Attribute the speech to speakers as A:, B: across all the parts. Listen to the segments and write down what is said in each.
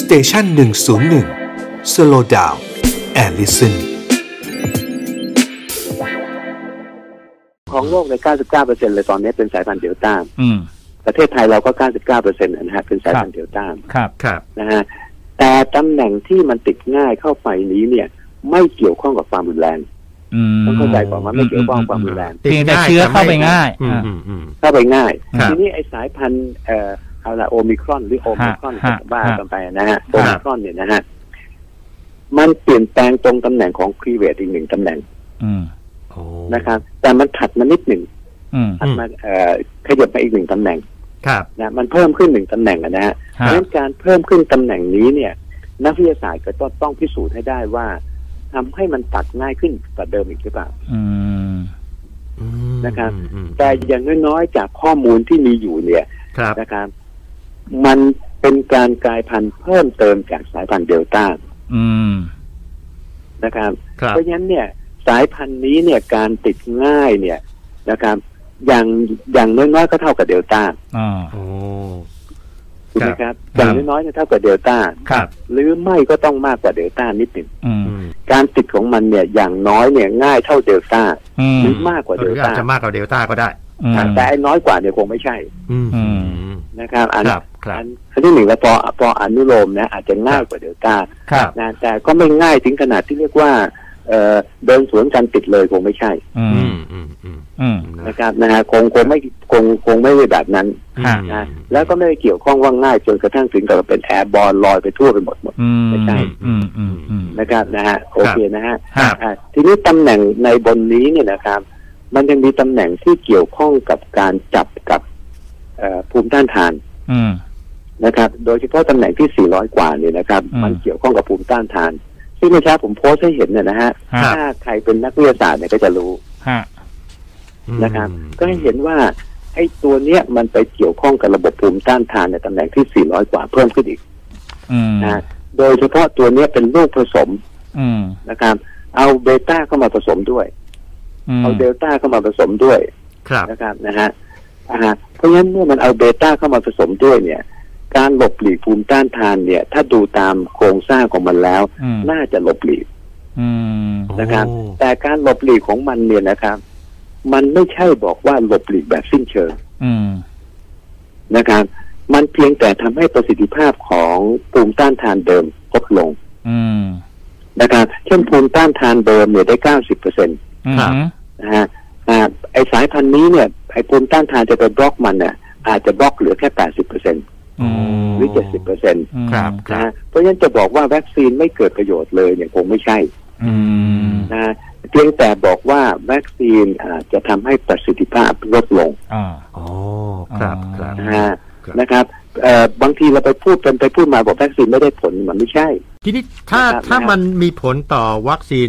A: สเตชันหนึ่งศูนย์หนึ่งสโลดาวแอลลิสัน
B: ของโลกใน 99%เลยตอนนี้เป็นสายพันธุ์เดลต้า
C: อืม
B: ประเทศไทยเราก็ 99%นะฮะเป็นสายพันธุ์เดลต้า
C: ครับ
D: ครับ
B: นะฮะ แต่ตำแหน่งที่มันติดง่ายเข้าไปนี้เนี่ย ไม่เกี่ยวข้องกับความรุนแรง
C: อืม
B: ต้องเข้าใจก่อนว่าไม่เกี่ยวข้องกับความรุนแรง
C: เพียงแต่เชื้อเข้าไปง่าย
D: อืม
C: อ่ะ
D: อืมอืม
B: เข้าไปง่าย
C: ครับ
B: ทีนี้ไอ้สายพันธุ์เอ่อเอาละโอมิครอนหรือโอมิครอน
C: ฮะ
B: บ้ากันไปนะฮะ โอมิครอนเนี่ยนะฮะ มันเปลี่ยนแปลงตรงตำแหน่งของครีเวตอีกหนึ่งตำแหน่ง
C: อืม
B: นะครับ แต่มันถัดมานิดหนึ่ง
C: อืม
B: ถัดมาเอ่อขยับมาอีกหนึ่งตำแหน่ง
D: ครับ
B: นะมันเพิ่มขึ้นหนึ่งตำแหน่งอะนะฮะ เพ
C: ฮะ
B: ราะฉะนั้นการเพิ่มขึ้นตำแหน่งนี้เนี่ย นักวิทยาศาสตร์ก็ต้องต้องพิสูจน์ให้ได้ว่าทำให้มันตัดง่ายขึ้นกว่าเดิมอีกหรือเปล่า
C: อืม
B: นะครับ
D: อืมอืม
B: แต่อย่างน้อยๆจากข้อมูลที่มีอยู่เนี่ย
D: ครับ
B: นะครับมันเป็นการกลายพันธุ์เพิ่มเติมจากสายพันธุ์เดลต้า
C: อืม
B: นะครับ
D: ครับ
B: เพราะฉะนั้นเนี่ยสายพันธุ์นี้เนี่ยการติดง่ายเนี่ยนะครับอย่างอย่างน้อยๆก็เท่ากับเดลต้า
C: อ่า
D: โอ้
B: ถูกไหมครับอย่างน้อยๆเนี่ยเท่ากับเดลต้า
C: ครับ
B: หรือไม่ก็ต้องมากกว่าเดลต้านิดหนึ่ง
C: อืม
D: อืม
B: การติดของมันเนี่ยอย่างน้อยเนี่ยง่ายเท่าเดลต้า
C: อืม
B: หรือมากกว่า
D: ห
B: เด
D: รือ
B: ล
D: อาจ
B: ต้า
D: จะมากกว่าเดลต้าก็ได้
C: อืม
B: แต่ไอ้น้อยกว่าเนี่ยคงไม่ใช่
D: อืม
C: อืม
B: นะครับ อัน
D: ครับครับ
B: อันอันที่หนึ่งแล้วพอพออนุโลมนะอาจจะง่ายกว่าเดลต้า
C: ครับ
B: นะแต่ก็ไม่ง่ายถึงขนาดที่เรียกว่าเอ่อเดินสวนกันติดเลยคงไม่ใช่
C: อื
D: อื
C: ม
D: มอืมอืม
C: อืม
D: นะ
B: นะครับนะฮะคงคงไม่คงคงไม่ได้แบบนั้น
C: ค่ะ
D: อืม
B: นะแล้วก็ไม่ได้เกี่ยวข้องว่าง่ายจนกระทั่งถึงกับเป็นแอร์บอลลอยไปทั่วไปหมดหมด
C: อืม
B: ไม่ใช่
C: อืม อืม อืม
B: นะครับนะฮะโอเคนะฮะ
C: ครับ
B: อ่าทีนี้ตำแหน่งในบนนี้เนี่ยนะครับ มันยังมีตำแหน่งที่เกี่ยวข้องกับการจับกับเอ่อภูมิต้านทาน
C: อืม
B: นะครับ โดยเฉพาะตำแหน่งที่ 400 กว่าเนี่ยนะครับ
C: อืม
B: มันเกี่ยวข้องกับภูมิต้านทาน ซึ่งเมื่อเช้าผมโพสต์ให้เห็นเนี่ยนะฮะ
C: ฮะ
B: ถ้าใครเป็นนักวิทยาศาสตร์เนี่ยก็จะรู้
C: ฮะ
B: นะครับ ก็ให้เห็นว่าไอ้ตัวเนี้ยมันไปเกี่ยวข้องกับระบบภูมิต้านทานในตำแหน่งที่ 400 กว่าเพิ่มขึ้นอีก
C: อืม
B: นะฮะโดยเฉพาะตัวเนี้ยเป็นลูกผสม
C: อืม
B: นะครับ เอาเบต้าเข้ามาผสมด้วย
C: อืม
B: เอาเดลต้าเข้ามาผสมด้วย
D: ครับ
B: นะครับนะฮะอ่าฮะเพราะฉะนั้นเมื่อมันเอาเบต้าเข้ามาผสมด้วยเนี่ย การหลบหลีกภูมิต้านทานเนี่ย ถ้าดูตามโครงสร้างของมันแล้ว
C: อืม
B: น่าจะหลบหลีก
C: อืม
B: นะครับ แต่การหลบหลีกของมันเนี่ยนะครับ มันไม่ใช่บอกว่าหลบหลีกแบบสิ้นเชิง
C: อืม
B: นะครับ มันเพียงแต่ทำให้ประสิทธิภาพของภูมิต้านทานเดิมลดลง
C: อืม
B: นะครับ เช่นภูมิต้านทานเดิมเนี่ยได้เก้าสิบเปอร์เซ็นต
C: อืม
D: ครับ
B: นะฮะอ่าไอสายพันธุ์นี้เนี่ยไอภูมิต้านทานจะไปบล็อกมันเนี่ยอาจจะบล็อกเหลือแค่ 80เปอร์เซ็น
C: อืม
B: หรือ 70เปอร์เซ็นต์
D: ครับค
B: นะ
D: รับ
B: ฮะเพราะฉะนั้นจะบอกว่าวัคซีนไม่เกิดประโยชน์เลยเนี่ยคงไม่ใช่
C: อืม
B: นะฮะเพียงแต่บอกว่าวัคซีนอาจจะทำให้ประสิทธิภาพลดลง
C: อ่า
D: อ๋อ ครับครับ
B: นะฮะ
D: ครับ
B: นะครับเอ่อบางทีเราไปพูดกันไปพูดมาบอกวัคซีนไม่ได้ผลมันไม่ใช่
D: ทีนี้ถ้า
B: นะครับ
D: ถ้ามันมีผลต่อวัคซีน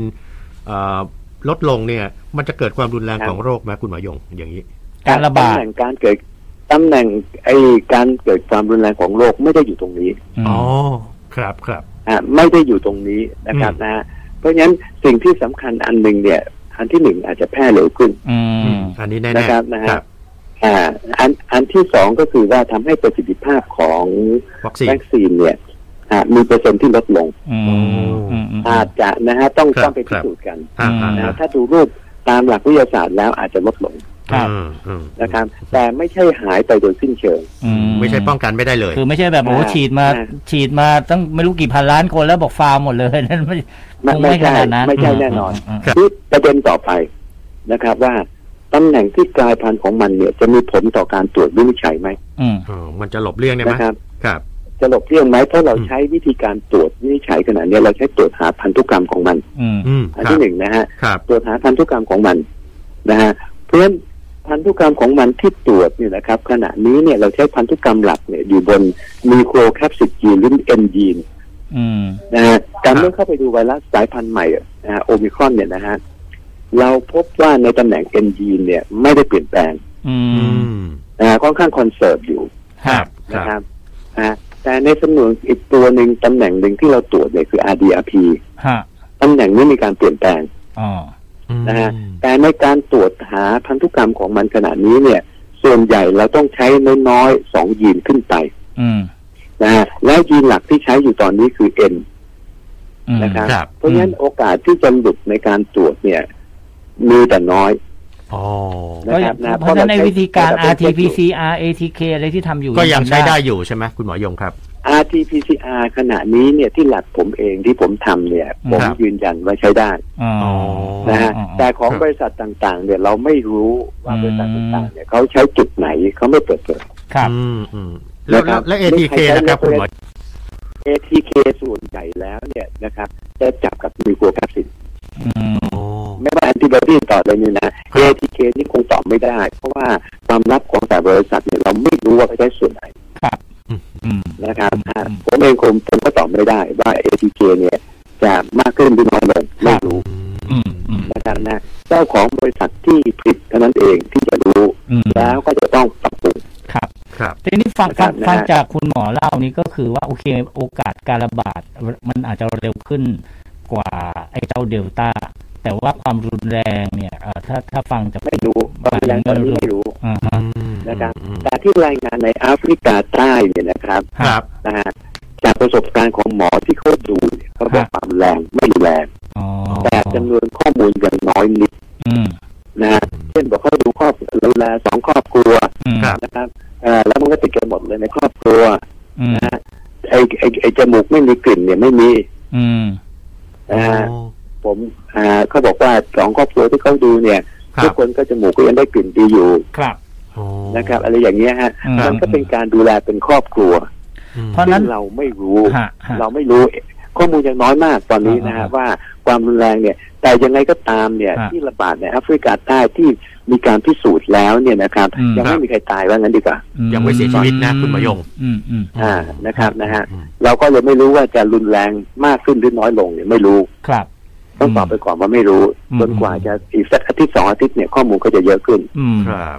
D: เอ่อลดลงเนี่ย มันจะเกิดความรุนแรงของโรคไหมคุณหมอยงอย่างนี้
C: การระบาด
B: ตำแหน่งการเกิดตำแหน่งไอการเกิดความรุนแรงของโรคไม่ได้อยู่ตรงนี้
C: ม
D: อ๋อ ครับครับ
B: อ่ะไม่ได้อยู่ตรงนี้นะครับ
D: อืม
B: นะฮะเพราะฉะนั้นสิ่งที่สำคัญอันหนึ่งเนี่ย อันที่หนึ่งอาจจะแพร่เร็วขึ้น
C: อืม
D: อันนี้แน่ๆ
B: นะครับนะฮะ
D: ครับ
B: อ่าอันอันที่สองก็คือว่าทำให้ประสิทธิภาพของ
D: วัคซีน
B: วัคซีนเนี่ยอ่ะมีเปอร์เซ็นต์ที่ลดลง
C: อืม อืม อืม
B: อาจจะนะฮะต้อง
D: ครับ
B: ต้องไปพิ
D: ครับ
B: สูจน์กัน
D: อ่า
C: อืม
D: อ่า
B: นะ
D: อ่า
B: ฮะถ้าดูรูปตามหลักวิทยาศาสตร์แล้วอาจจะลดลง
C: ครับ
D: อืมอืม
B: นะครับ แต่ไม่ใช่หายไปโดยสิ้นเชิง
C: อืม
D: ไม่ใช่ป้องกันไม่ได้เลย
C: คือไม่ใช่แบบโอ้โห
B: อ่า
C: ฉีดมา
B: อ่า
C: ฉีดมาตั้งไม่รู้กี่พันล้านคนแล้วบอกฟาร์มหมดเลย นั่นไม่
B: ไม่
C: คง
B: ไม่
C: ไม่ข
B: ใช่
C: นาดนั้น
B: ไม่ใช่แน่นอน
C: ม
D: ครับ
B: ที่ประเด็นต่อไปนะครับ ว่าตำแหน่งที่กลายพันธุ์ของมันเนี่ย จะมีผลต่อการตรวจวินิจฉัยไหม
C: อืม
D: อ๋อมันจะหลบเลี่ยงได้ไหม
B: นะครับ
D: ครับ
B: จะหลบเลี่ยงไหมเพราะเราใช้วิธีการตรวจวินิจฉัยขนาดเนี้ยเราใช้ตรวจหาพันธุกรรมของมัน
C: อืม
D: อืม
B: อัน
D: ครั
B: ที่
D: บ
B: หนึ่งนะฮะ
D: ครับ
B: ตรวจหาพันธุกรรมของมันนะฮะเพราะฉะนั้นพันธุกรรมของมันที่ตรวจเนี่ยนะครับ ขณะนี้เนี่ยเราใช้พันธุกรรมหลักเนี่ยอยู่บนมีโครแคปซิดจีนหรือเอ็นยีน
C: อืม
B: นะฮะการเมื่อเข้าไปดูไวรัสสายพันธุ์ใหม่อะนะฮะโอมิครอนเนี่ยนะฮะเราพบว่าในตำแหน่งเอ็นยีนเนี่ยไม่ได้เปลี่ยนแปลง
C: อื
D: อื
C: ม
D: ม
B: นะฮะค่อนข้างคอนเซิร์ฟอยู่
C: ครับ
D: ค
B: นะ
D: รับ
B: ครับนะฮะแต่ในสำนวนอีกตัวหนึ่งตำแหน่งหนึ่งที่เราตรวจเนี่ยคือ RDRP
C: ฮะ
B: ตำแหน่งนี้มีการเปลี่ยนแปลง
C: อ๋อ
B: นะฮะแต่ในการตรวจหาพันธุกรรมของมันขณะนี้เนี่ย ส่วนใหญ่เราต้องใช้น้อยๆสองยีนขึ้นไป
C: อืม
B: นะฮะและยีนหลักที่ใช้อยู่ตอนนี้คือ N
C: อืม
B: นะครับ
D: ครับ
B: เพราะฉะนั้นโอกาสที่จะหลุดในการตรวจเนี่ย มีแต่น้อย
D: อ๋อ
B: นะ ครับ
C: เพราะฉะนั้นในวิธีการ
B: เพราะเราใช้
C: rt pcr atk อะไรที่ทำอยู่
D: ก็ยังใช้ได้อยู่ใช่ไหมคุณหมอยงครับ
B: RT-PCR ขณะนี้เนี่ยที่หลักผมเองที่ผมทำเนี่ย ผม
D: ครับ
B: ยืนยันว่าใช้ได้
C: อ๋อ
D: อ
B: นะฮะ
C: อ๋อ
B: แต่ของ
D: ครับ
B: บริษัทต่างๆ เนี่ยเราไม่รู้ว่า
C: อืม
B: บริษัทต่างๆเนี่ยเขาใช้จุดไหนเขาไม่เปิดเผย
C: ครับ
D: อืมอืมแล้วแล้วแล้ว ATK นะครับ คุณหมอ
B: ATK ส่วนใหญ่แล้วเนี่ยนะครับ จะจับกับมีโกรแคปซิน
C: อืม
D: อ๋อ
B: ไม่ว่าแอนติบอดีต่ออะไรเนี่ยนะ
D: ครับ
B: ATK นี่คงตอบไม่ได้ เพราะว่าความลับของแต่บริษัทเนี่ยเราไม่รู้ว่าเขาใช้ส่วนไหน
C: อืม
B: นะครับอ่า
C: อืม
B: ผมเองคงผมก็ตอบไม่ได้ว่า ATK เนี่ยจะมากขึ้นหรือน้อยลงไม่รู้
C: อืมอืม
B: นะครับนะเจ้าของบริษัทที่ผลิตเท่านั้นเองที่จะรู้
C: อืม
B: แล้วก็จะต้องปรับปรุง
C: ครับ
D: ครับ
C: ทีนี้ฟัง
B: ครั
C: ฟัง
B: บนะฮะ
C: ฟังจากคุณหมอเล่านี้ก็คือว่าโอเคโอกาสการระบาดมันอาจจะเร็วขึ้นกว่าไอ้เจ้าเดลต้า แต่ว่าความรุนแรงเนี่ยเอ่อถ้าถ้าฟังจาก
B: ไม่รู้เพราะฉะนั้นตอนนี้ไม่รู้
C: อ่าฮะ
B: นะครับแต่ที่รายงานในแอฟริกาใต้เนี่ยนะครับ
D: ครับ
B: นะฮะจากประสบการณ์ของหมอที่เขาดูเนี่ยเขาบอก
C: ฮะ
B: ความแรงไม่แรง
C: อ๋อ
B: แต่จำนวนข้อมูลยังน้อยนิด
C: อืม
B: นะฮะเช่นบอกเขาดูครอบดูแลสองครอบครัว
C: อืม
D: ครับ
B: นะครับเอ่อแล้วมันก็ติดกันหมดเลยในครอบครัว
C: อืม
B: นะฮะไอไอไอจมูกไม่มีกลิ่นเนี่ยไม่มี
C: อืม
B: นะฮะผมอ่าเขาบอกว่าสองครอบครัวที่เขาดูเนี่ย
D: ครับ
B: ทุกคนก็จมูกก็ยังได้กลิ่นดีอยู่
C: ครับ
D: อ๋อ
B: นะครับ อะไรอย่างเงี้ยฮะ
C: อืม
B: มันก็เป็นการดูแลเป็นครอบครัว
D: อืม
C: เพราะฉะนั้น
B: ซึ่งเราไม่รู้
C: ฮะฮะ
B: เราไม่รู้ข้อมูลยังน้อยมากตอนนี้นะฮะ
C: อ่า
B: ว่าความรุนแรงเนี่ย แต่ยังไงก็ตามเนี่ย
C: ฮะ
B: ที่ระบาดในแอฟริกาใต้ที่มีการพิสูจน์แล้วเนี่ยนะครับ
C: อืม
B: ยังไม่มีใครตายว่างั้นดีกว่า
C: อื
D: ยังไม่เสียชีวิตนะคุณหมอยง
C: อืมอืม
B: อ่านะครับนะฮะ
D: อืม
B: เราก็เลยไม่รู้ว่าจะรุนแรงมากขึ้นหรือน้อยลงเนี่ยไม่รู้
C: ครับ
B: ต้องตอบไปก่อนว่าไม่รู้
C: อืม
B: จนกว่าจะอีกสักอาทิตย์สองอาทิตย์เนี่ยข้อมูลก็จะเยอะขึ้น
C: อืม
D: ครับ